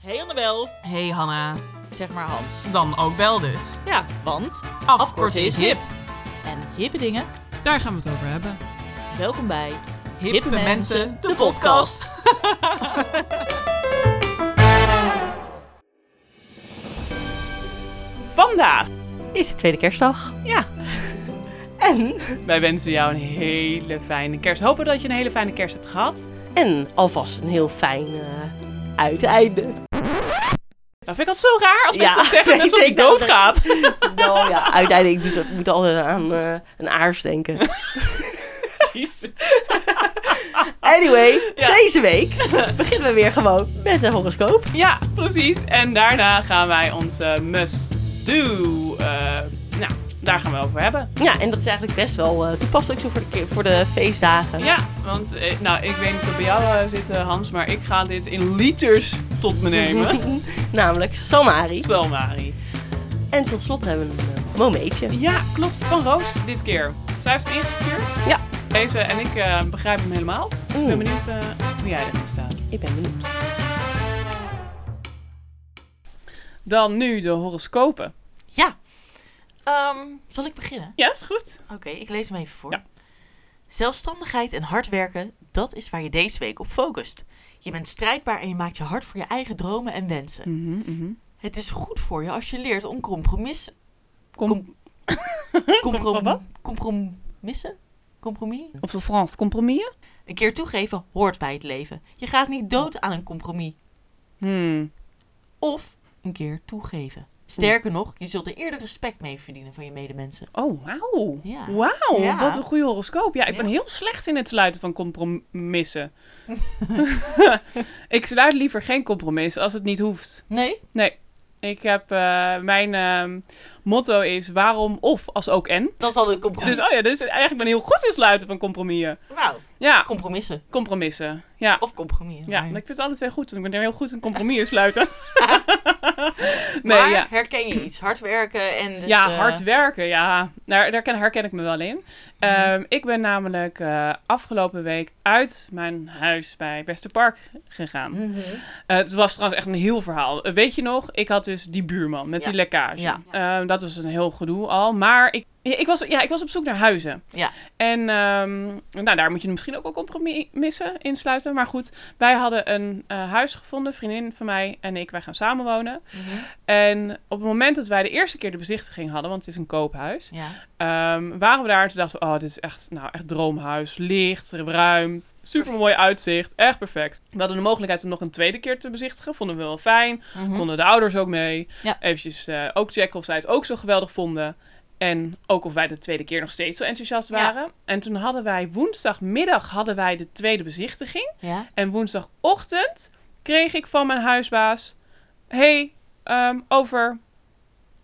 Hey Annabel. Hey Hanna, Zeg maar Hans. dan ook bel dus. Ja, want Afkorten is hip. En hippe dingen. Daar gaan we het over hebben. Welkom bij Hippe, Vandaag is de tweede kerstdag. Ja. En, wij wensen jou een hele fijne kerst. Hopen dat je een hele fijne kerst hebt gehad. Nou, En alvast een heel fijn eh, uiteinde. Nou vind ik dat zo raar als mensen Ja, dat zeggen nee, alsof nee, ik nee, doodgaat. Nou ja, uiteinde. Ik doe- moet altijd aan eh, een aars denken. Jezus. Anyway, Ja. deze week beginnen we weer gewoon met een horoscoop. Ja, precies. En daarna gaan wij onze must-do... eh, nou, daar gaan we over hebben. Ja, en dat is eigenlijk best wel eh, toepasselijk zo voor de, ke- voor de feestdagen. Ja, want eh, nou, ik weet niet of het bij jou eh, zit, eh, Hans, maar ik ga dit in liters tot me nemen. Namelijk Samari. Wel, Mari. En tot slot hebben we een eh, momentje. Ja, klopt. Van Roos dit keer. Zij heeft hem ingestuurd. Ja. Deze en ik eh, begrijp hem helemaal. Dus ik ben Oeh. benieuwd eh, hoe jij erin staat. Ik ben benieuwd. Dan nu de horoscopen. Ja. Ehm, zal ik beginnen? Ja, is goed. Oké, ik lees hem even voor. Ja. Zelfstandigheid en hard werken, dat is waar je deze week op focust. Je bent strijdbaar en je maakt je hard voor je eigen dromen en wensen. Mhm, Het is goed voor je als je leert om compromis Kom, Kom- Comprom- wat? comprom, compromissen? Compromis? op de Frans, compromis? Een keer toegeven hoort bij het leven. Je gaat niet dood aan een compromis. Hmm. Of een keer toegeven. Sterker nog, je zult er eerder respect mee verdienen van je medemensen. Oh, wauw. Ja. Wauw, Ja. wat een goede horoscoop. Ja, ik ben Ja. heel slecht in het sluiten van compromissen. ik sluit liever geen compromis als het niet hoeft. Nee? Nee. Ik heb, eh, mijn ehm, motto is waarom of als ook en. Dat is altijd een compromis. Dus oh ja, dus eigenlijk ben ik heel goed in sluiten van compromissen. Nou, Ja, compromissen. compromissen. Ja. Of compromis. Ja, maar, ik vind het alle twee goed, want ik ben heel goed in compromissen sluiten. nee, maar ja. herken je iets? Hard werken en dus, ja, eh, Mhm. hard werken, ja. Daar, daar ken- herken ik me wel in. Ehm, ik ben namelijk eh, afgelopen week uit mijn huis bij Westerpark gegaan. mhm. Eh, het was trouwens echt een heel verhaal. Eh, weet je nog, ik had dus die buurman met Ja. die lekkage. Ja. Ehm, dat was een heel gedoe al. Maar ik, ja, ik, was, ja, ik was op zoek naar huizen. Ja. En ehm, nou, daar moet je misschien ook wel compromissen insluiten. Maar goed, wij hadden een eh, huis gevonden, een vriendin van mij en ik. Wij gaan samenwonen. Mhm. En op het moment dat wij de eerste keer de bezichtiging hadden, want het is een koophuis, Ja. ehm, waren we daar en toen dachten we, oh, dit is echt, nou, echt droomhuis. Licht, ruim, super mooi uitzicht, echt perfect. We hadden de mogelijkheid om nog een tweede keer te bezichtigen, vonden we wel fijn. Mhm. Konden de ouders ook mee. Ja. Eventjes eh, ook checken of zij het ook zo geweldig vonden. En ook of wij de tweede keer nog steeds zo enthousiast Ja. waren. En toen hadden wij woensdagmiddag hadden wij de tweede bezichtiging. ja. En woensdagochtend kreeg ik van mijn huisbaas: hey, ehm, over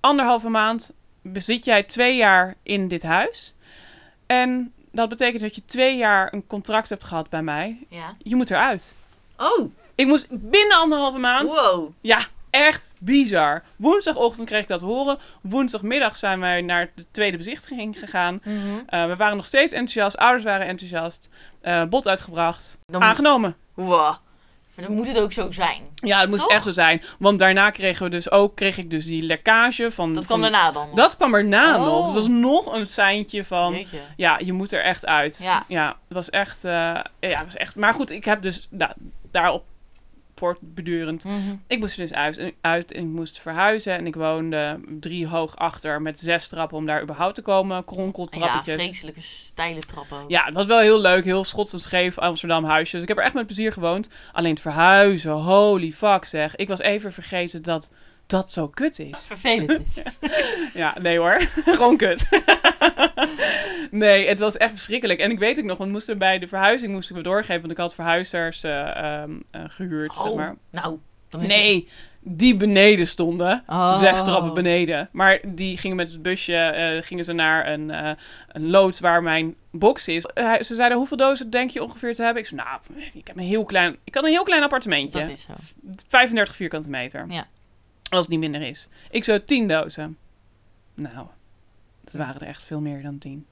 anderhalve maand bezit jij twee jaar in dit huis. En dat betekent dat je twee jaar een contract hebt gehad bij mij. Ja. Je moet eruit. Oh, Ik moest binnen anderhalve maand. wow. Ja, echt bizar. Woensdagochtend kreeg ik dat horen. Woensdagmiddag zijn wij naar de tweede bezichtiging gegaan. Mhm. Eh, we waren nog steeds enthousiast. Ouders waren enthousiast. Eh, bod uitgebracht. Dan- Aangenomen. Wow. Maar dan moet het ook zo zijn. Ja, het moest Toch? echt zo zijn. Want daarna kregen we dus ook kreeg ik dus die lekkage van. Dat van- kwam daarna dan. nog. Dat kwam erna Oh. nog. Dus dat was nog een seintje van. Jeetje. Ja, je moet er echt uit. Ja. het was echt. eh, ja, het was echt. Maar goed, ik heb dus nou, daarop voortbedurend. Mhm. Ik moest er dus uit en, uit en ik moest verhuizen. En ik woonde drie hoog achter met zes trappen om daar überhaupt te komen. Ja, Kronkeltrappetjes. vreselijke steile trappen. ook. Ja, het was wel heel leuk. Heel schots en scheef Amsterdam huisje. Dus ik heb er echt met plezier gewoond. Alleen het verhuizen, holy fuck zeg. Ik was even vergeten dat dat zo kut is. Vervelend is. Ja, nee hoor. Gewoon kut. nee, het was echt verschrikkelijk. En ik weet het nog, want moesten bij de verhuizing moesten we doorgeven. Want ik had verhuizers eh, ehm, eh, gehuurd, zeg maar. nou. Dan is het- Nee, die beneden stonden. Oh. Zes trappen beneden. Maar die gingen met het busje eh, gingen ze naar een, eh een loods waar mijn box is. Hij- ze zeiden, hoeveel dozen denk je ongeveer te hebben? Ik zei, nou, ik heb een heel klein, ik had een heel klein appartementje. Dat is zo. 35 vierkante meter. Ja. Als het niet minder is. Ik zo, 10 dozen. Nou, dat waren er echt veel meer dan 10.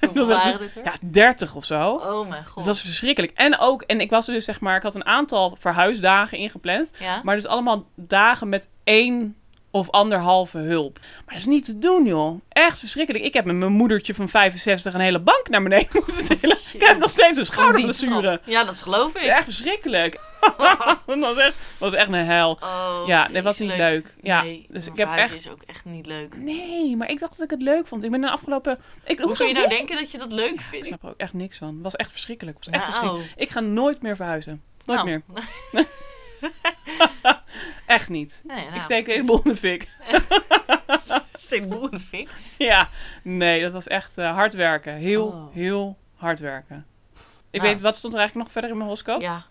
Hoeveel waren dit er? Ja, 30 of zo. Oh mijn Dat god. was verschrikkelijk. En ook, en ik was er dus zeg maar, ik had een aantal verhuisdagen ingepland. Ja? Maar dus allemaal dagen met één of anderhalve hulp. Maar dat is niet te doen, joh. Echt verschrikkelijk. Ik heb met mijn moedertje van 65 een hele bank naar beneden moeten tillen. Ik heb nog steeds een Van die schouderblessure. trap. Ja, dat geloof Het is ik. echt verschrikkelijk. dat was echt, was echt een hel. Oh, Ja, dat was niet vreselijk. leuk. Ja, nee, dus ik heb verhuizen echt... is ook echt niet leuk. Nee, maar ik dacht dat ik het leuk vond. Ik ben de afgelopen... Ik, Hoe kun je nou dit? denken dat je dat leuk Ik vindt? snap er ook echt niks van. Het was echt verschrikkelijk. Het was echt Nou. verschrikkelijk. Ik ga nooit meer verhuizen. Nooit Nou, meer. Echt niet. Nee, nou, Ik steek de helemaal in de fik. steek boel in de fik. Oh. Ja, nee, dat was echt eh, hard werken. Heel, Oh. heel hard werken. Ik Nou. weet, wat stond er eigenlijk nog verder in mijn horoscoop? Ja,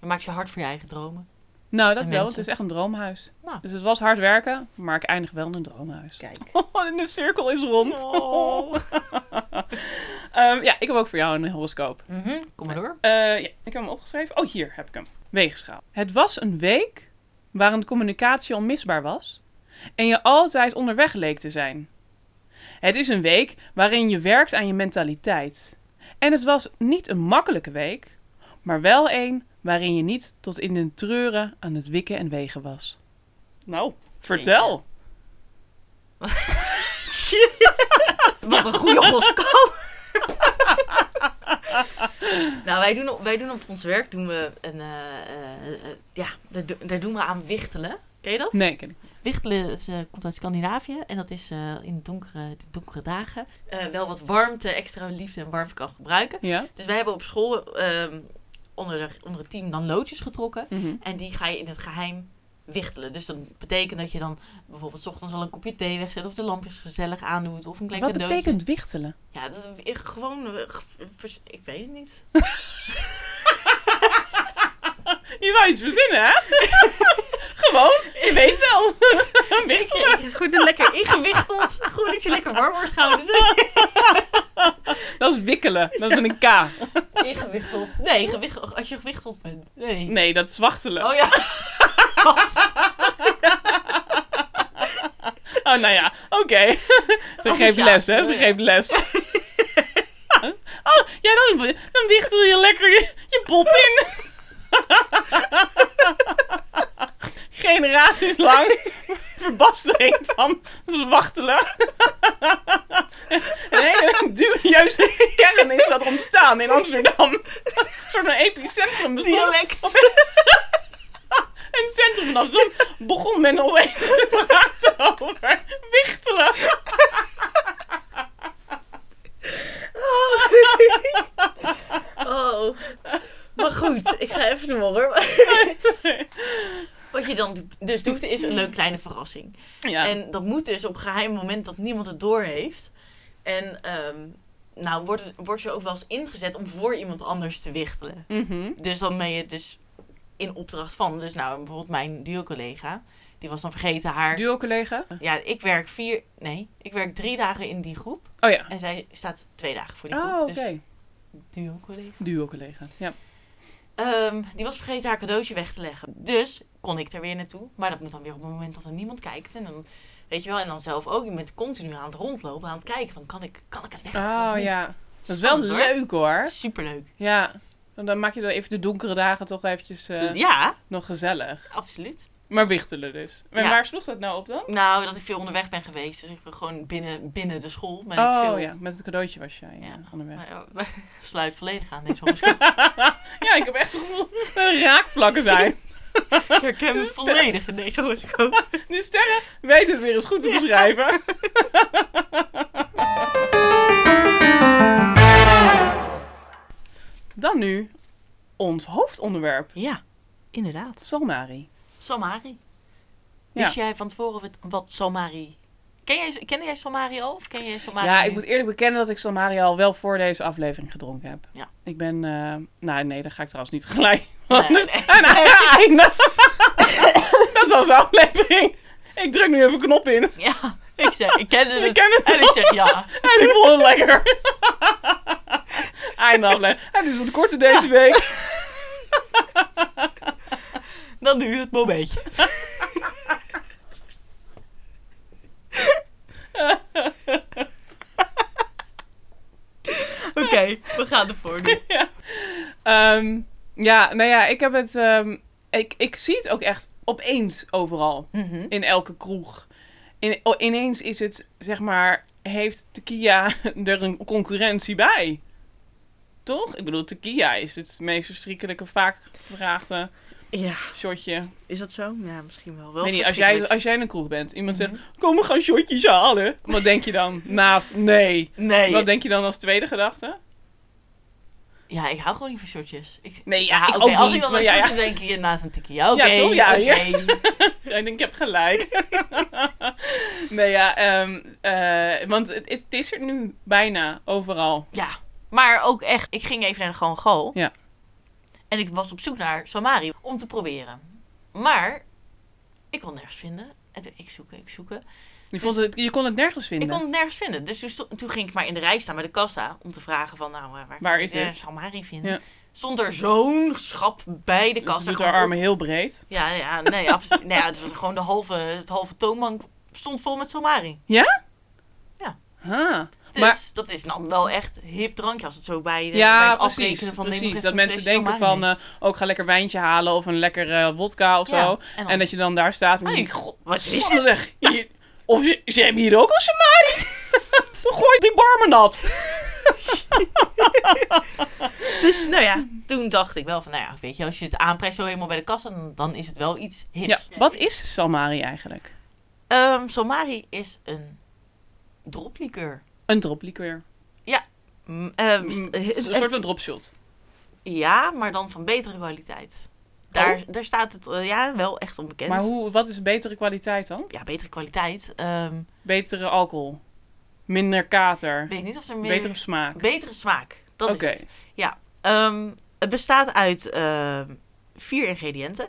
je maakt je hard voor je eigen dromen. Nou, dat En wel. Het mensen. is echt een droomhuis. Nou. Dus het was hard werken, maar ik eindig wel in een droomhuis. Kijk. Oh, en de cirkel is rond. Oh. Oh. Ehm, ja, ik heb ook voor jou een horoscoop. Mhm, Kom maar door. Eh, ja, ik heb hem opgeschreven. Oh, hier heb ik hem. Weegschaal. Het was een week waarin de communicatie onmisbaar was en je altijd onderweg leek te zijn. Het is een week waarin je werkt aan je mentaliteit. En het was niet een makkelijke week, maar wel een waarin je niet tot in de treuren aan het wikken en wegen was. Nou, vertel. Wat een goede horoscoop. nou, wij doen, op, wij doen op ons werk doen we een. eh, eh, eh, ja, daar, do- daar doen we aan wichtelen. Ken je dat? Nee, ik ken het niet. Wichtelen is, eh, komt uit Scandinavië en dat is eh, in de donkere, de donkere dagen eh, wel wat warmte, extra liefde en warmte kan gebruiken. Ja? Dus wij hebben op school ehm, onder, de, onder het team dan loodjes getrokken Mhm. en die ga je in het geheim wichtelen. Dus dat betekent dat je dan bijvoorbeeld 's ochtends al een kopje thee wegzet of de lampjes gezellig aandoet of een klein Wat cadeautje. betekent wichtelen? Ja, dat is echt gewoon. eh, ge- vers- Ik weet het niet. Je wou iets verzinnen, hè? Gewoon, je weet wel. Wichtelen. Ik heb goed en lekker ingewichteld. Gewoon dat je lekker warm wordt gehouden. Dat is wikkelen. Dat is met een K. Ingewichteld. Nee, gewicht, als je gewichteld bent. Nee. Nee, dat is zwachtelen. Oh ja. Oh, nou ja, oké. Ze Of geeft een les, hè? sjaak. Ze Oh, ja. geeft les. Oh, ja, dan, dan wichtel je lekker je, je pop in. Generaties lang verbastering van zwachtelen. Een hele dubieuze kern is dat ontstaan in Amsterdam. Een soort van epicentrum bestond Dialect. een centrum van Amsterdam begon men opeens te praten over wichtelen. Oh. Maar goed, ik ga even door hoor. Wat je dan dus doet, is een leuke kleine verrassing. Ja. En dat moet dus op een geheim moment dat niemand het door heeft. En ehm, nou, wordt, wordt je ook wel eens ingezet om voor iemand anders te wichtelen. Mhm. Dus dan ben je het dus in opdracht van. Dus nou, bijvoorbeeld mijn duo-collega. Die was dan vergeten haar... Duo-collega? Ja, ik werk vier... Nee, ik werk drie dagen in die groep. Oh ja. En zij staat twee dagen voor die groep. Oh, oké. Dus duo-collega. Duo-collega. Ja. Ehm, die was vergeten haar cadeautje weg te leggen. Dus kon ik er weer naartoe. Maar dat moet dan weer op het moment dat er niemand kijkt. En dan, weet je wel, en dan zelf ook. Je bent continu aan het rondlopen, aan het kijken. Van, kan ik, kan ik het wegleggen? Oh of niet? ja. Dat is wel Spannend, hoor. leuk hoor. Superleuk. Ja. Want Dan maak je dan even de donkere dagen toch eventjes eh, Ja, nog gezellig. absoluut. Maar wichtelen dus. Maar Ja. waar sloeg dat nou op dan? Nou, dat ik veel onderweg ben geweest. Dus ik ben gewoon binnen, binnen de school. Ben ik Oh veel ja, met het cadeautje was jij ja. Ja. onderweg. Nou ja, we- sluit volledig aan deze horoscoop. Ja, ik heb echt het gevoel dat er raakvlakken zijn. Ik herken me volledig in deze horoscoop. De sterren weten het weer eens goed te beschrijven. Dan nu ons hoofdonderwerp, Ja, inderdaad. Salmari. Salmari. Wist Ja. jij van tevoren wat, wat Salmari... Ken jij, kende jij Salmari al of ken jij Salmari Ja, nu? ik moet eerlijk bekennen dat ik Salmari al wel voor deze aflevering gedronken heb. Ja. Ik ben, eh, nou nee, daar ga ik trouwens niet gelijk. Nee, Dus- nee. en einde. dat was de aflevering. Ik druk nu even een knop in. Ja, ik zeg, ik kende het. Ik ken het en ik zeg ja. En ik vond het lekker. Einde aflevering. Het is wat korter deze week. Dan nu het momentje. We gaan ervoor nu. Ehm, ja, nou ja, ik heb het. ehm, ik, ik zie het ook echt opeens overal. Mhm. In elke kroeg. In, o- ineens is het, zeg maar, heeft Tequila er een concurrentie bij? Toch? Ik bedoel, Tequila is het meest verschrikkelijke, vaak gevraagde Ja, shotje. is dat zo? Ja, misschien wel. wel Weet niet, als jij, verschrikkelijk. als jij in een kroeg bent, iemand Mhm. zegt, kom we gaan shotjes halen. Wat denk je dan? Naast, nee. Nee. Wat denk je dan als tweede gedachte? Ja, ik hou gewoon niet van shortjes. Ik... Nee, ja, Oké, ook als niet, ik dan maar aan ja, shortjes ja. denk, denk ik inderdaad een tikkie. Ja, oké. toch? Ja, oké. Ja, ik denk, je hebt gelijk. nee, ja, ehm, eh, want het, het is er nu bijna overal. Ja, maar ook echt, ik ging even naar de Gewoon Gal. Ja. En ik was op zoek naar Samari om te proberen. Maar ik kon nergens vinden. En toen ik zoeken, ik zoeken. Je, vond het, je kon het nergens vinden. Ik kon het nergens vinden. Dus toen, sto- toen ging ik maar in de rij staan bij de kassa om te vragen van, nou, waar, waar Waar kan is ik, eh, het? Samari vinden? Ja. Stond er zo'n schap bij de dus ze kassa. doet gewoon haar op- armen heel breed. Ja, ja, nee, absoluut. nee, ja, het was gewoon de halve, het halve toonbank stond vol met Samari. Ja? Ja. Ha. Dus Maar- dat is dan wel echt hip drankje als het zo bij, de, bij ja, het precies. afrekenen van neem nog precies. even Dat een mensen flesje denken Samari van, mee. ook ga lekker wijntje halen of een lekker eh, wodka of Ja, zo. en En, dan- dat je dan daar staat en Ai, denkt, god, wat is "Sander, dit?" zeg, hier- Of ze, ze hebben hier ook al samari. Gooi die barmen nat. Dus nou ja, toen dacht ik wel van, nou ja, weet je, als je het aanprijst zo helemaal bij de kassa, dan, dan is het wel iets Ja, hips. wat is salmari eigenlijk? Ehm, Salmari is een dropliqueur. Een drop Mm, eh, best- Mm, eh, Een eh, soort van dropshot. Ja, maar dan van betere kwaliteit. Daar, Oh. daar staat het eh, ja, wel echt onbekend. Maar hoe, wat is betere kwaliteit dan? Ja, betere kwaliteit. Ehm, Betere alcohol. Minder kater. ik weet niet of er meer... Betere smaak. Betere smaak. Dat Oké. is het. Ja. ehm, het bestaat uit ehm, vier ingrediënten.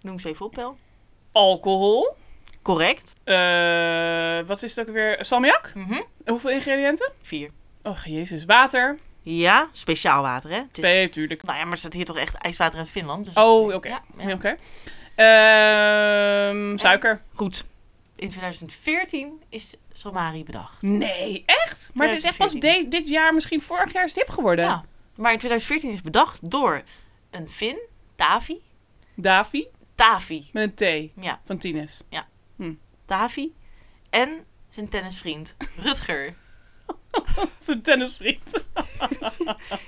Noem ze even op, Pel. Alcohol. Correct. Eh, wat is het ook weer? Salmiak? Mhm. Hoeveel ingrediënten? Vier. Och, jezus. Water. Ja, speciaal water, hè? Het is- Nee, tuurlijk. Nou ja, maar er staat hier toch echt ijswater uit Finland. Dus Oh, oké. Ja, ja. Ja, oké. Ehm, suiker. Goed. In 2014 is Somari bedacht. Nee, echt? Maar het is echt pas 2014. de- dit jaar, misschien vorig jaar, is het hip geworden. Ja. Maar in 2014 is bedacht door een Fin, Tavi. Davi Tavi. met een T Ja, van Tines. Tavi. En zijn tennisvriend Rutger. Zijn tennisvriend.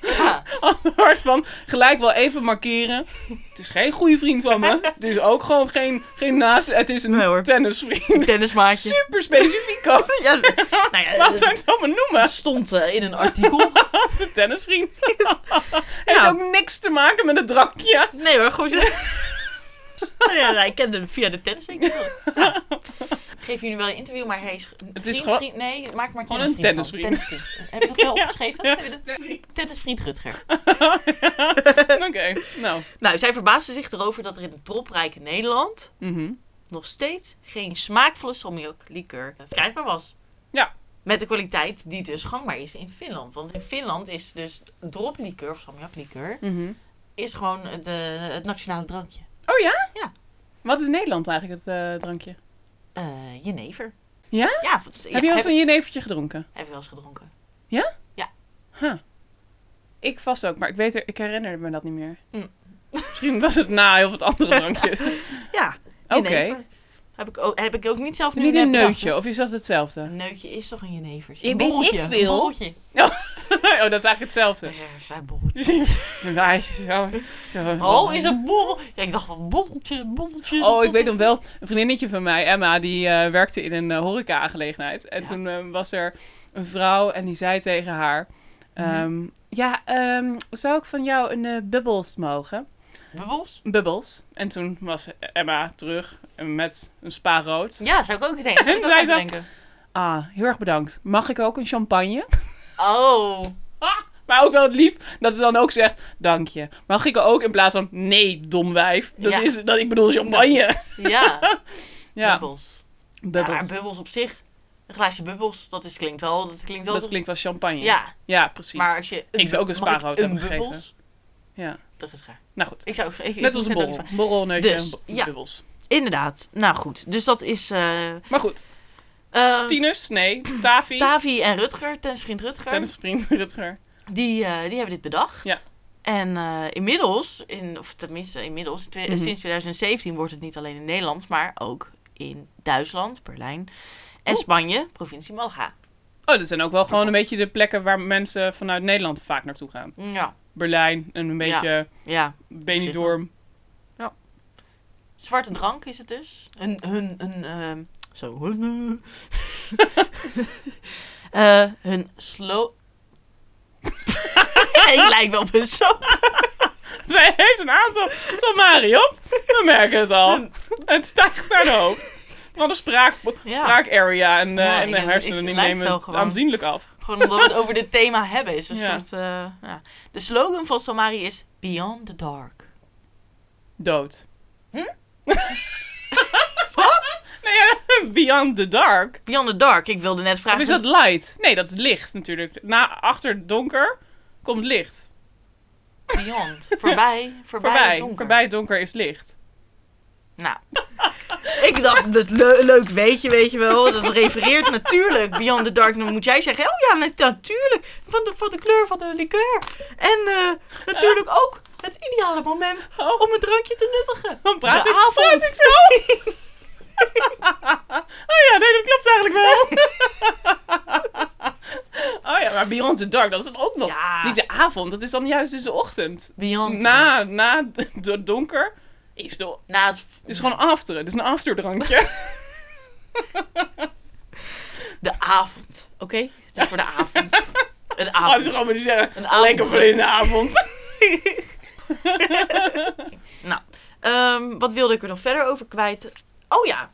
Ja, Als een soort van gelijk wel even markeren. Het is geen goede vriend van me. Het is ook gewoon geen, geen naast. Het is een Nee, hoor. tennisvriend. tennismaatje. Super specifiek ook. Ja, nou ja, Laten we het zo maar noemen. dat stond eh, in een artikel. Zijn tennisvriend. Heeft ook niks te maken met het drankje. Nee hoor, gewoon zo. Nou ja, nou, ik kende hem via de tennis. denk ik wel. Ja. Ik geef jullie wel een interview, maar hij is. Het is gewoon- nee, maak maar Gewoon een tennisvriend van. Tennisvriend. Heb je dat wel Ja, opgeschreven? ja. Heb je dat? Tennisvriend Rutger. Oké, nou. Nou, zij verbaasde zich erover dat er in het droprijke Nederland Mhm. nog steeds geen smaakvolle salmiaklikeur verkrijgbaar was. Ja. Met de kwaliteit die dus gangbaar is in Finland. Want in Finland is dus droplikeur of salmiaklikeur Mhm. is gewoon de, het nationale drankje. Oh ja? Ja. Wat is in Nederland eigenlijk het eh, drankje? Eh jenever. Ja? Ja, wat is- ja, heb je al eens heb- een jenevertje gedronken? Heb je wel eens gedronken? Huh. Ik vast ook, maar ik, weet er, ik herinner me dat niet meer. Mm. Misschien was het na heel wat andere drankjes. Oké. Ja. Jenever. Heb ik, ook, heb ik ook niet zelf nu Niet net een bedacht. neutje, of is dat hetzelfde? Een neutje is toch een jenever? Ik Een weet borreltje. ik Een veel. borreltje. oh, dat is eigenlijk hetzelfde. Ja, zijn borreltje. Een wijsje, zo, zo. Oh, is een borrel. Ja, ik dacht van borreltje, borreltje. Oh, ik weet nog wel, een vriendinnetje van mij, Emma, die eh, werkte in een eh, horeca-aangelegenheid. En Ja. toen eh, was er een vrouw en die zei tegen haar... Mhm. ehm, Ja, ehm, zou ik van jou een eh, bubbels mogen? Bubbels? Bubbels. En toen was Emma terug eh, met een spa rood. Ja, zou ik ook denken. Zou ik ook Zij aan zat- denken. Ah, heel erg bedankt. Mag ik ook een champagne? Ah, Oh. Maar ook wel lief dat ze dan ook zegt, dank je. Mag ik ook in plaats van, nee, dom wijf. Dat Ja. is, dat, ik bedoel champagne. Ja, Ja, bubbels. Ja, maar bubbels. bubbels op zich. Een glaasje bubbels, dat is, klinkt wel... Dat klinkt wel Dat toch- klinkt als champagne. Ja, Ja, precies. maar als je... Ik zou ook een mag ik spaarrood een hebben gegeven. bubbels? Ja. Dat is raar. Nou goed, Ik zou... Ik, ik net als een moet net borrel. ook- Borrel, neutje Dus, en bu- ja. bubbels. Inderdaad. Nou goed, dus dat is... eh Maar goed, eh, Tinus, nee, Tavi, Tavi en Rutger, tennisvriend Rutger. tennisvriend Rutger. die, eh, die hebben dit bedacht. Ja. En eh, inmiddels, in, of tenminste inmiddels, twe- Mhm. sinds 2017 wordt het niet alleen in Nederland, maar ook in Duitsland, Berlijn en Spanje, provincie Malaga. Oh, dat zijn ook wel gewoon een beetje de plekken waar mensen vanuit Nederland vaak naartoe gaan. Ja, Berlijn en een Ja. beetje ja. Benidorm. Zwarte drank is het dus. Een, hun, een, ehm, zo. Hun, eh. Eh, hun slow... Ik lijk wel op een zo. Zij heeft een aantal Samari op. We merken het al. Het stijgt naar de hoofd. Van de spraak, Ja. spraakarea en, eh Ja, en ik de denk dat hersenen ik- die het lijkt nemen wel het gewoon. aanzienlijk af. Gewoon omdat we het over dit thema hebben. Is een Ja. soort, eh, ja. De slogan van Samari is Beyond the Dark. Dood. Wat? Nou ja, Beyond the Dark. Beyond the Dark. Ik wilde net Of vragen. is dat light? Nee, dat is licht natuurlijk. Na, achter het donker komt licht. Beyond. Voorbij. Voorbij. Voorbij, het donker. voorbij het donker is licht. Nou. Ik dacht, dat is le- leuk, weet je, weet je wel. Dat refereert natuurlijk. Beyond the Dark, dan moet jij zeggen, oh ja, nat- natuurlijk. Van de, van de kleur van de liqueur. En eh, natuurlijk ook het ideale moment om een drankje te nuttigen. Oh. Dan praat de ik- avond. praat ik zo. Oh ja, nee, dat klopt eigenlijk wel. oh ja, maar Beyond the Dark, dat is dan ook nog Ja. niet de avond. Dat is dan juist dus de ochtend. Beyond the Dark. Na, na de- de donker is de... Na het, Het is gewoon afteren. Het is een afterdrankje. de avond. Oké? Het is voor de avond. Oh, dat Een is avond. gewoon maar die zeggen, Een avond. lekker voor in de avond. Nou, ehm, wat wilde ik er nog verder over kwijt? Oh ja,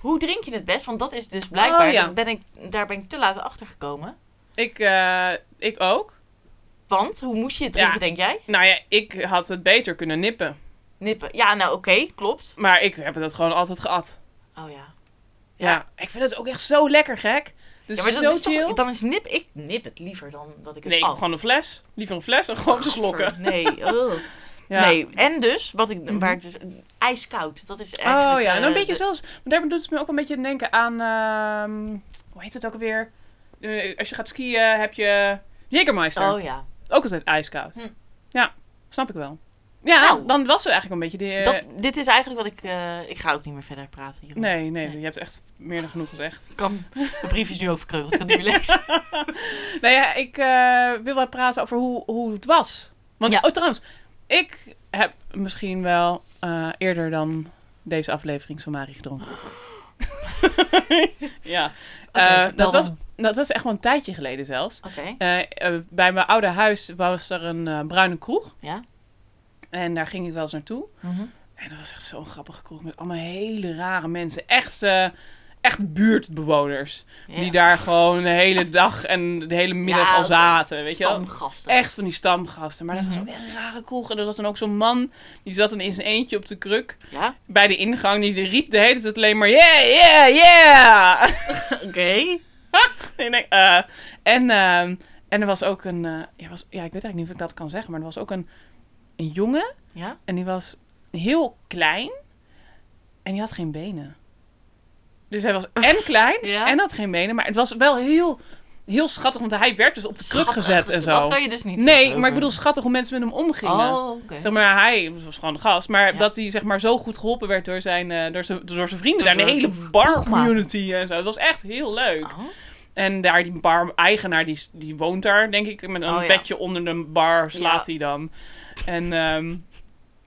hoe drink je het best? Want dat is dus blijkbaar, Mm. Oh ja. daar, ben ik, daar ben ik te laat achter gekomen. Ik, eh, ik ook. Want, hoe moest je het drinken, Ja. denk jij? Nou ja, ik had het beter kunnen nippen. Nippen. Ja, nou oké, klopt. Maar ik heb dat gewoon altijd geat. Oh ja. Ja. ik vind het ook echt zo lekker gek. Dus ja maar dat zo is toch- chill. dan is nip... Ik nip het liever dan dat ik het Nee, ik heb at. gewoon een fles. Liever een fles en gewoon te slokken. Gadver, Nee, ugh. Ja. Mhm. nee. En dus, wat ik, waar ik dus... Ijskoud, dat is eigenlijk... Oh ja, en eh, een beetje de- zelfs. Maar daar doet het me ook een beetje denken aan. ehm, hoe heet het ook alweer? Eh, als je gaat skiën heb je. Jägermeister. Oh ja. Ook altijd ijskoud. Hm. Ja, snap ik wel. Ja, Nou. dan was het eigenlijk een beetje. Die, eh, Dat, dit is eigenlijk wat ik... eh, ik ga ook niet meer verder praten hierover. Nee, nee, je hebt echt meer dan genoeg gezegd. Ik kan... Mijn brief is nu overkreugeld, ik kan niet meer lezen. Nou ja, ik eh, wil wel praten over hoe, hoe het was. Want, Ja. oh trouwens, ik heb misschien wel eh, eerder dan deze aflevering Somari gedronken. ja, Oké, Eh, vertel dat, was, dan. dat was echt wel een tijdje geleden zelfs. Oké, Eh, eh, bij mijn oude huis was er een eh, bruine kroeg. ja. En daar ging ik wel eens naartoe. Mhm. En dat was echt zo'n grappige kroeg met allemaal hele rare mensen. Echt, eh, echt buurtbewoners. Ja. Die daar gewoon de hele dag en de hele middag Ja, al zaten. Weet je wel? Stamgasten. Mhm. Echt van die stamgasten. Maar dat was ook echt een rare kroeg. En er zat dan ook zo'n man, die zat dan in zijn eentje op de kruk Ja, bij de ingang. Die riep de hele tijd alleen maar, yeah, yeah, yeah. oké. Nee, nee, eh. en, ehm, en er was ook een, eh, ja, was, ja, ik weet eigenlijk niet of ik dat kan zeggen, maar er was ook een, een jongen. Ja? En die was heel klein. En die had geen benen. Dus hij was en klein Ja. en had geen benen. Maar het was wel heel, heel schattig. Want hij werd dus op de kruk Schattig. gezet en zo. Dat kan je dus niet Nee, maar ik bedoel schattig hoe mensen met hem omgingen. Oh, oké. Zeg maar, hij was gewoon een gast. Maar Ja. dat hij zeg maar, zo goed geholpen werd door zijn, eh, door zijn, door zijn vrienden. Door daar, de zijn hele bar ploegmaat. community en zo. Dat was echt heel leuk. Oh. En daar die bar-eigenaar, die, die woont daar, denk ik. Met een Oh, ja. bedje onder de bar slaat Ja. hij dan. En, ehm,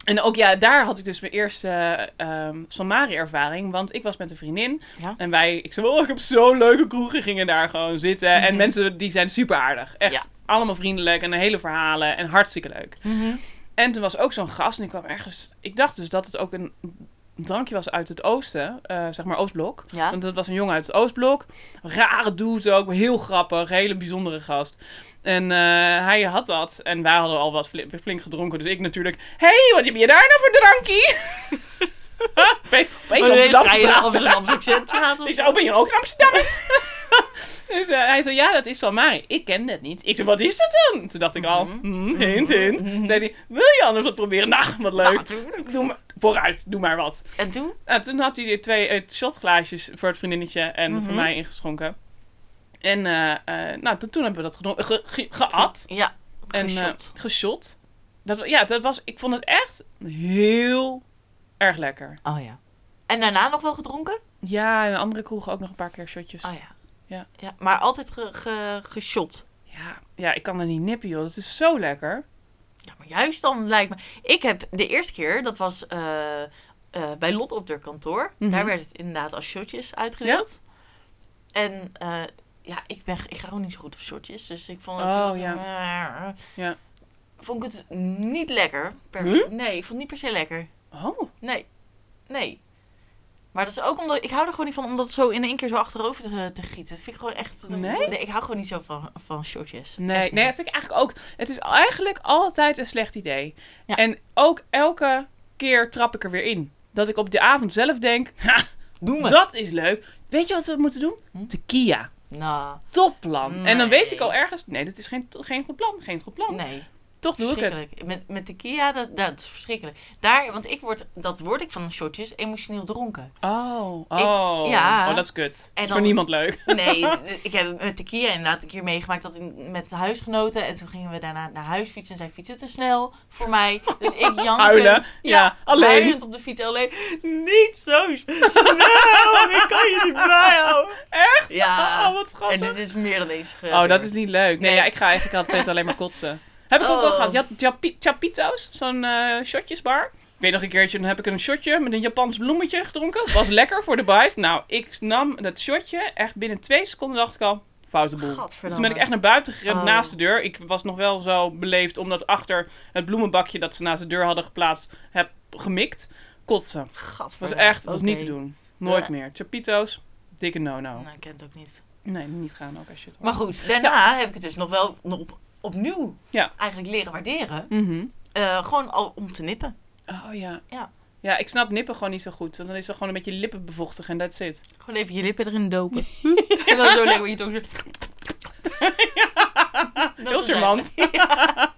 en ook ja, daar had ik dus mijn eerste ehm Somari-ervaring. Want ik was met een vriendin. Ja. En wij, ik zei, oh, ik heb zo'n leuke kroegen. Gingen daar gewoon zitten. En Mhm. mensen, die zijn super aardig. Echt allemaal vriendelijk en hele verhalen. En hartstikke leuk. Mhm. En toen was ook zo'n gast en ik kwam ergens... Ik dacht dus dat het ook een drankje was uit het oosten, eh, zeg maar Oostblok. Ja. Want dat was een jongen uit het Oostblok. Rare dude ook, heel grappig, hele bijzondere gast. En eh, hij had dat en wij hadden al wat fli- flink gedronken. Dus ik natuurlijk, hé, hey, wat heb je daar nou voor drankje? Maar ineens ga je Amsterdam dan over een Amsterdamse accent praten of Ik zo? zei, oh, ben je ook in Amsterdam? dus eh, hij zei, ja, dat is Salmari. Ik ken dat niet. Ik zei, wat is dat dan? Toen dacht ik al, hmm, hint, hint. Zei hij, wil je anders wat proberen? Nou, wat leuk. doe maar, vooruit, doe maar wat. En toen? Nou, toen had hij er twee eh, shotglaasjes voor het vriendinnetje en voor mij ingeschonken. En eh, eh, nou, toen- toen hebben we dat gedronken, ge, ge- geat. Ja. en eh, Geshot. geshot. Dat, ja, dat was, ik vond het echt heel erg lekker. Oh ja. En daarna nog wel gedronken? Ja, en andere kroegen ook nog een paar keer shotjes. Oh ja. Ja. ja maar altijd ge, ge, geshot. ja. ja, ik kan er niet nippen, joh. Dat is zo lekker. Ja, maar juist dan lijkt me... Ik heb de eerste keer, dat was eh, eh, bij Lot op haar kantoor. Mhm. Daar werd het inderdaad als shotjes uitgedeeld. En eh, ja, ik, ben, ik ga gewoon niet zo goed op shotjes. Dus ik vond het... Oh, toen wat- Ja. Vond ik het niet lekker. Per, Huh? Nee, ik vond het niet per se lekker. Oh, Nee. Nee. Maar dat is ook omdat... Ik hou er gewoon niet van om dat zo in één keer zo achterover te, te gieten. Vind ik gewoon echt... Nee? ik hou gewoon niet zo van, van shotjes. Echt nee. niet. Nee, dat vind ik eigenlijk ook... Het is eigenlijk altijd een slecht idee. Ja. En ook elke keer trap ik er weer in. Dat ik op de avond zelf denk... Ha, Doe me. dat is leuk. Weet je wat we moeten doen? Hm? Tequila. Nou, Topplan. En dan weet ik Nee. al ergens... Nee, dat is geen, geen goed plan. Geen goed plan. nee. Toch doe ik het. Verschrikkelijk. Met, met de Kia, dat, dat is verschrikkelijk. Daar, want ik word, dat word ik van shotjes emotioneel dronken. Oh, oh. ja. oh dat is kut. Dat is dan- voor niemand leuk. Nee, ik heb met de Kia inderdaad een keer meegemaakt dat in, met huisgenoten. En toen gingen we daarna naar huis fietsen en zij fietsen te snel voor mij. Dus ik jankend. Huilen. Ja, alleen. Huilend op de fiets alleen. Niet zo s- snel, ik kan je niet bijhouden. Echt? Ja. Oh, wat En schattig. dit is meer dan eens Oh, dat is niet leuk. Nee, Nee. ja, ik ga eigenlijk altijd alleen maar kotsen. Heb ik ook Oh. al gehad. Je had Chapi- Chapito's, zo'n eh, shotjesbar. Ik weet nog een keertje, dan heb ik een shotje met een Japans bloemetje gedronken. Was lekker voor de bite. Nou, ik nam dat shotje. Echt binnen twee seconden dacht ik al, foute boel. Gadverdamme. Dus toen ben ik echt naar buiten gerend Oh. naast de deur. Ik was nog wel zo beleefd, omdat achter het bloemenbakje dat ze naast de deur hadden geplaatst, heb gemikt. Kotsen. Gadverdamme. Was echt, was Oké. niet te doen. Nooit Ja. meer. Chapito's, dikke no-no. Nou, ik ken het ook niet. Nee, niet gaan ook als je het Maar goed, daarna heb ik het dus nog wel nog op, opnieuw Ja. eigenlijk leren waarderen. Mhm. Eh, gewoon al om te nippen. Oh ja. Ja. Ja, ik snap nippen gewoon niet zo goed. Want dan is er gewoon een beetje lippen bevochtigen en dat zit. Gewoon even je lippen erin dopen. en dan zo lekker je tong zo... Dat Heel is charmant. lekker. Ja.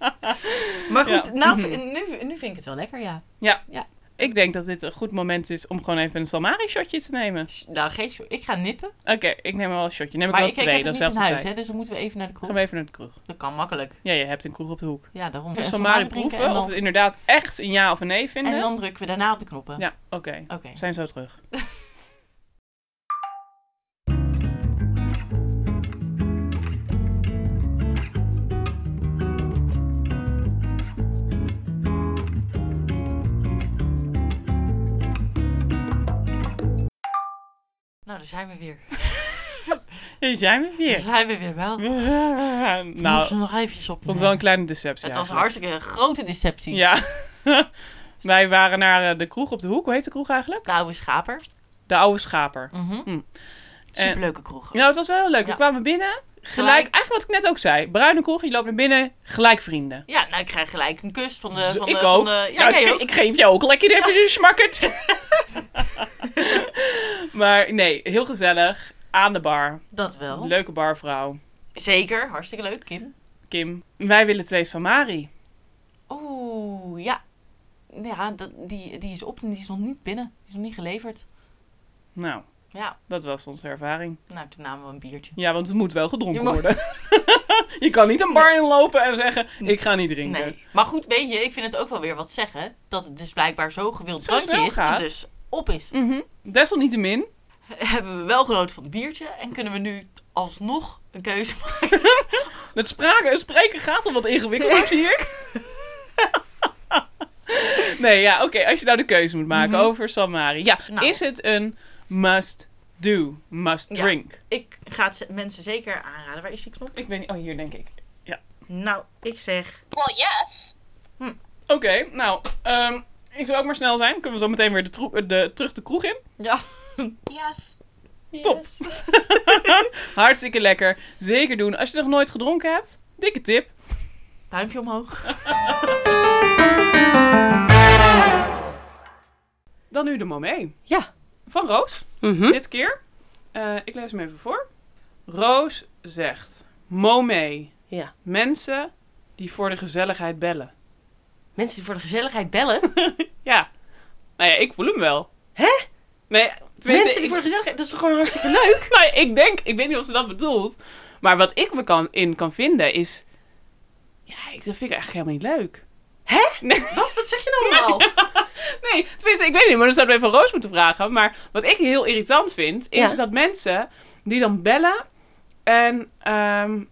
Maar goed, Ja. Mhm. nou, v- nu, nu vind ik het wel lekker, ja. Ik denk dat dit een goed moment is om gewoon even een Salmari-shotje te nemen. Sh- Nou, geen zo. Ik ga nippen. Oké, ik neem wel een shotje. Neem ik maar wel ik, ik twee, heb het dat is niet in zelfs de huis, hè, tijd. dus dan moeten we even naar de kroeg. Gaan we even naar de kroeg. Dat kan makkelijk. Ja, je hebt een kroeg op de hoek. Ja, daarom. Een En Salmari drinken proeven en of dan, we inderdaad echt een ja of een nee vinden. en dan drukken we daarna op de knoppen. Ja, oké. Oké. We zijn zo terug. Nou, daar zijn we weer. Hier zijn we Daar weer. zijn we weer wel. We nou, moeten ze nog eventjes op. vond wel een kleine deceptie Het was een eigenlijk. hartstikke grote deceptie. Ja. Wij waren naar eh, de kroeg op de hoek. Hoe heet de kroeg eigenlijk? De oude schaper. De Oude Schaper. Mhm. Hm. Superleuke kroeg. Ja, het was wel heel leuk. Ja. We kwamen binnen. Gelijk, eigenlijk wat ik net ook zei. Bruine kroeg, je loopt naar binnen, gelijk vrienden. Ja, nou, ik krijg gelijk een kus van de... Zo, Eh, Van de ik van ook. de- ja, ja, jij ik, ook. ik geef jou ook lekker even een smakkert. maar nee, heel gezellig. Aan de bar. Dat wel. Leuke barvrouw. Zeker, hartstikke leuk, Kim. Kim. Wij willen twee Samari. Oeh, ja. Nou Ja, dat, die, die is op en die is nog niet binnen. Die is nog niet geleverd. Nou, Ja, dat was onze ervaring. nou, toen namen we een biertje. Ja, want het moet wel gedronken Je mag- worden. je kan niet een bar inlopen en zeggen, ik ga niet drinken. Nee. Maar goed, weet je, ik vind het ook wel weer wat zeggen. Dat het dus blijkbaar zo gewild Zo drankje snel is. Dat het gaat. dus op is. Mhm. Desalniettemin, Hebben we wel genoten van het biertje. En kunnen we nu alsnog een keuze maken. Het spraken, spreken gaat al wat ingewikkelder, zie ik. nee, ja, oké. als je nou de keuze moet maken over Samari. Ja, Mhm. Nou. is het een must do, must Ja. drink? Ik ga het ze- mensen zeker aanraden. Waar is die knop? Ik weet niet. Oh, hier denk ik. Nou, ik zeg... Oké, nou, ehm, ik zal ook maar snel zijn. Kunnen we zo meteen weer de troe- de, terug de kroeg in? Ja. Top. Hartstikke lekker. Zeker doen. Als je nog nooit gedronken hebt, dikke tip. Duimpje omhoog. Dan nu de moment. Ja. Van Roos. Mhm. Dit keer. Eh, ik lees hem even voor. Roos zegt: Momé. Ja. Mensen die voor de gezelligheid bellen. Mensen die voor de gezelligheid bellen. Ja. Nou ja, ik voel hem wel. Hè? Nee, tenminste, Mensen die ik, voor de gezelligheid... Dat is gewoon hartstikke nou, ik denk, ik weet niet of ze dat bedoelt. Maar wat ik me kan, in kan vinden is Ja, ik, dat vind ik eigenlijk helemaal niet leuk. Wat, wat zeg je nou allemaal? Nee, tenminste, ik weet niet, maar dan zouden we even Roos moeten vragen. Maar wat ik heel irritant vind, is Ja. dat mensen die dan bellen en ehm,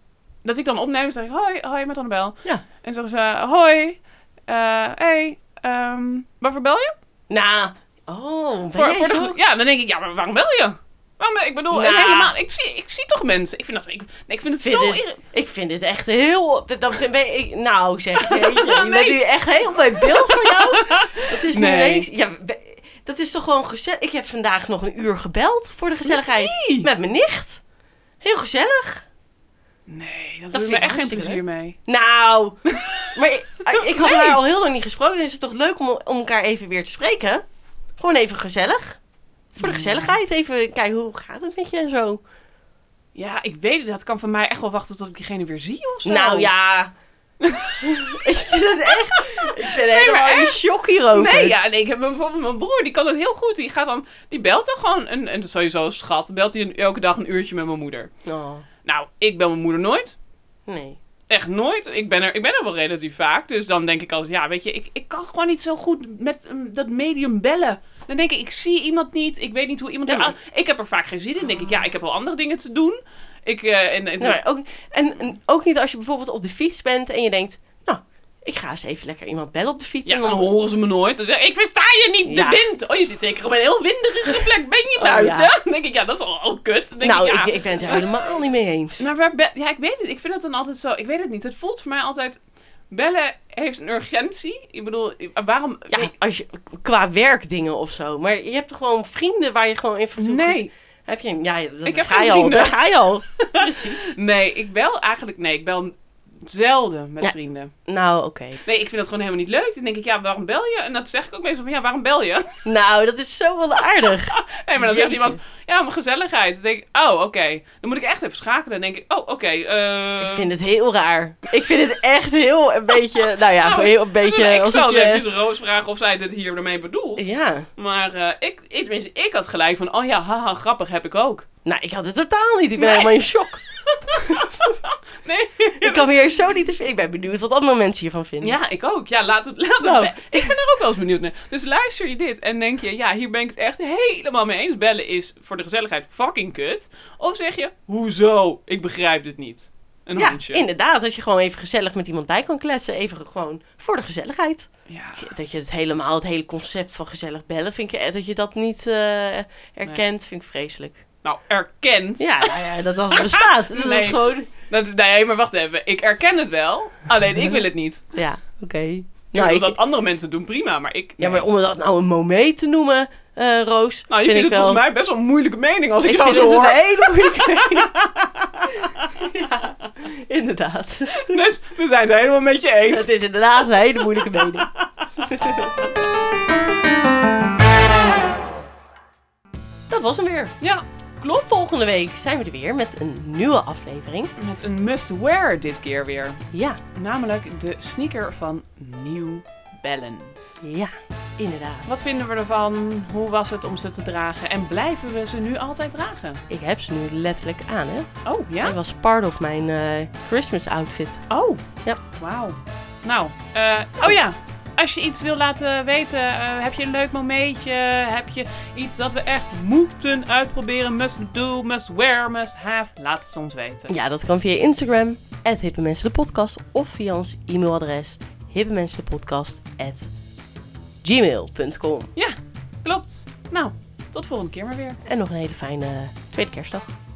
dat ik dan opneem en zeg ik, hoi, hoi, met Annabel. Ja. En zeggen ze, hoi, eh, hey, ehm, waarvoor bel je? Nou, oh, ben jij de zo? gro- ja, dan denk ik, ja, maar waarom bel je? Waarom, bel- ik bedoel, Nou. helemaal, ik zie, ik zie toch mensen. Ik vind dat, ik, nee, ik vind het Ik zo vind irritant. dit- ik vind dit echt heel... Dan vind- ben ik, nou, zeg jeetje, je bent Nee. nu echt heel bij beeld van jou. Dat is Nee. nu ineens... Ja, be- dat is toch gewoon gezellig. Ik heb vandaag nog een uur gebeld voor de gezelligheid. Met mijn nicht. Heel gezellig. Nee, dat, Dat vind doet me ik echt geen hartstikke plezier mee. Nou, maar ik, ik had haar al heel lang niet gesproken. Dus het is toch leuk om, om elkaar even weer te spreken. Gewoon even gezellig. Voor de gezelligheid. Even kijken, hoe gaat het met je en zo. Ja, ik weet het, dat kan van mij echt wel wachten tot ik diegene weer zie of zo. Nou ja. ik vind het echt. Ik vind maar helemaal in echt. shock hierover. Nee, ja, nee, ik heb bijvoorbeeld mijn broer, die kan het heel goed. Die gaat dan, die belt dan gewoon, een, en dat is sowieso een schat, belt hij een- elke dag een uurtje met mijn moeder. Oh, Nou, ik bel mijn moeder nooit. nee. Echt nooit. Ik ben, er, ik ben er wel relatief vaak. Dus dan denk ik als, ja, weet je, ik, ik kan gewoon niet zo goed met mm, dat medium bellen. Dan denk ik, ik zie iemand niet. Ik weet niet hoe iemand... Nee, maar- eraan- Ik heb er vaak geen zin in. Dan denk ik, ja, ik heb wel andere dingen te doen. Ik, eh, en, en, Nou, maar ook, en, en ook niet als je bijvoorbeeld op de fiets bent en je denkt. Nou, ik ga eens even lekker iemand bellen op de fiets. ja, en dan horen ze me nooit. Dan zeg ik, ik versta je niet, Ja. de wind. Oh, je zit zeker op een heel winderige plek. Ben je Oh, ja. buiten? Dan denk ik, ja, dat is al, al kut. Dan Denk Nou, ik, ja. ik, ik ben het er helemaal niet mee eens. Maar waar be- ja, ik weet het. Ik vind het dan altijd zo. Ik weet het niet. Het voelt voor mij altijd. Bellen heeft een urgentie. Ik bedoel, waarom. Ja, als je, qua werkdingen of zo. Maar je hebt toch gewoon vrienden waar je gewoon even toe Nee. Heb je Ja, dat Ik heb ga geen je al. vrienden. Daar ga je al. Nee, ik bel eigenlijk. Nee, ik bel zelden met Ja. vrienden. Nou, oké. Nee, ik vind dat gewoon helemaal niet leuk. Dan denk ik, ja, waarom bel je? En dat zeg ik ook meestal van, ja, waarom bel je? Nou, dat is zo wel aardig. Nee, maar dan zegt Jeetje. iemand, ja, mijn gezelligheid. Dan denk ik, oh, oké. Dan moet ik echt even schakelen. Dan denk ik, oh, oké. eh, Ik vind het heel raar. Ik vind het echt heel een beetje. Nou ja, nou, gewoon heel een beetje. Ik alsof zal je- even Roos vragen of zij dit hiermee bedoelt. Ja, Maar eh, ik, ik, tenminste, ik had gelijk van, oh ja, haha, grappig heb ik ook. nou, ik had het totaal niet. Ik ben Nee. helemaal in shock. Nee. Ik kan weer zo niet te vinden. Ik ben benieuwd wat andere mensen hiervan vinden. Ja, ik ook. Ja, laat het. Laat het Nou. be- Ik ben er ook wel eens benieuwd naar. Dus luister je dit en denk je, ja, hier ben ik het echt helemaal mee eens. Bellen is voor de gezelligheid fucking kut. Of zeg je, hoezo? Ik begrijp dit niet. Een Ja, handje. inderdaad. Als je gewoon even gezellig met iemand bij kan kletsen. Even gewoon voor de gezelligheid. Ja. Dat je het helemaal, het hele concept van gezellig bellen, vind ik eh, dat je dat niet eh erkent, vind ik vreselijk. Nou, erkent. Ja, nou ja dat dat bestaat. Dat Nee. is gewoon. Dat, nee, maar wacht even. Ik erken het wel. Alleen ik wil het niet. Ja, oké. Nou, Nou, ik- dat andere mensen het doen prima, maar ik. ja, nee. maar om dat nou een moment te noemen, eh, Roos. Nou, je vind vindt ik het wel... volgens mij best wel een moeilijke mening als ik, Ik jou vind zo het hoor. een hele moeilijke mening. ja, inderdaad. Dus we zijn het helemaal met je eens. Het is inderdaad een hele moeilijke mening. Dat was hem weer. Ja, Klopt, volgende week zijn we er weer met een nieuwe aflevering. met een must-wear dit keer weer. Ja, Namelijk de sneaker van New Balance. ja, inderdaad. Wat vinden we ervan? Hoe was het om ze te dragen? En blijven we ze nu altijd dragen? Ik heb ze nu letterlijk aan, hè. Oh, Hij ja? was part of mijn eh, Christmas outfit. Oh. Ja. Wauw. Nou, eh, oh ja. Als je iets wil laten weten, eh, heb je een leuk momentje? Heb je iets dat we echt moeten uitproberen? Must do, must wear, must have? Laat het ons weten. Ja, dat kan via Instagram, at Hippe Mensen de Podcast, of via ons e-mailadres, hippemensenpodcast at gmail.com. Ja, klopt. Nou, tot volgende keer maar weer. En nog een hele fijne eh, tweede kerstdag.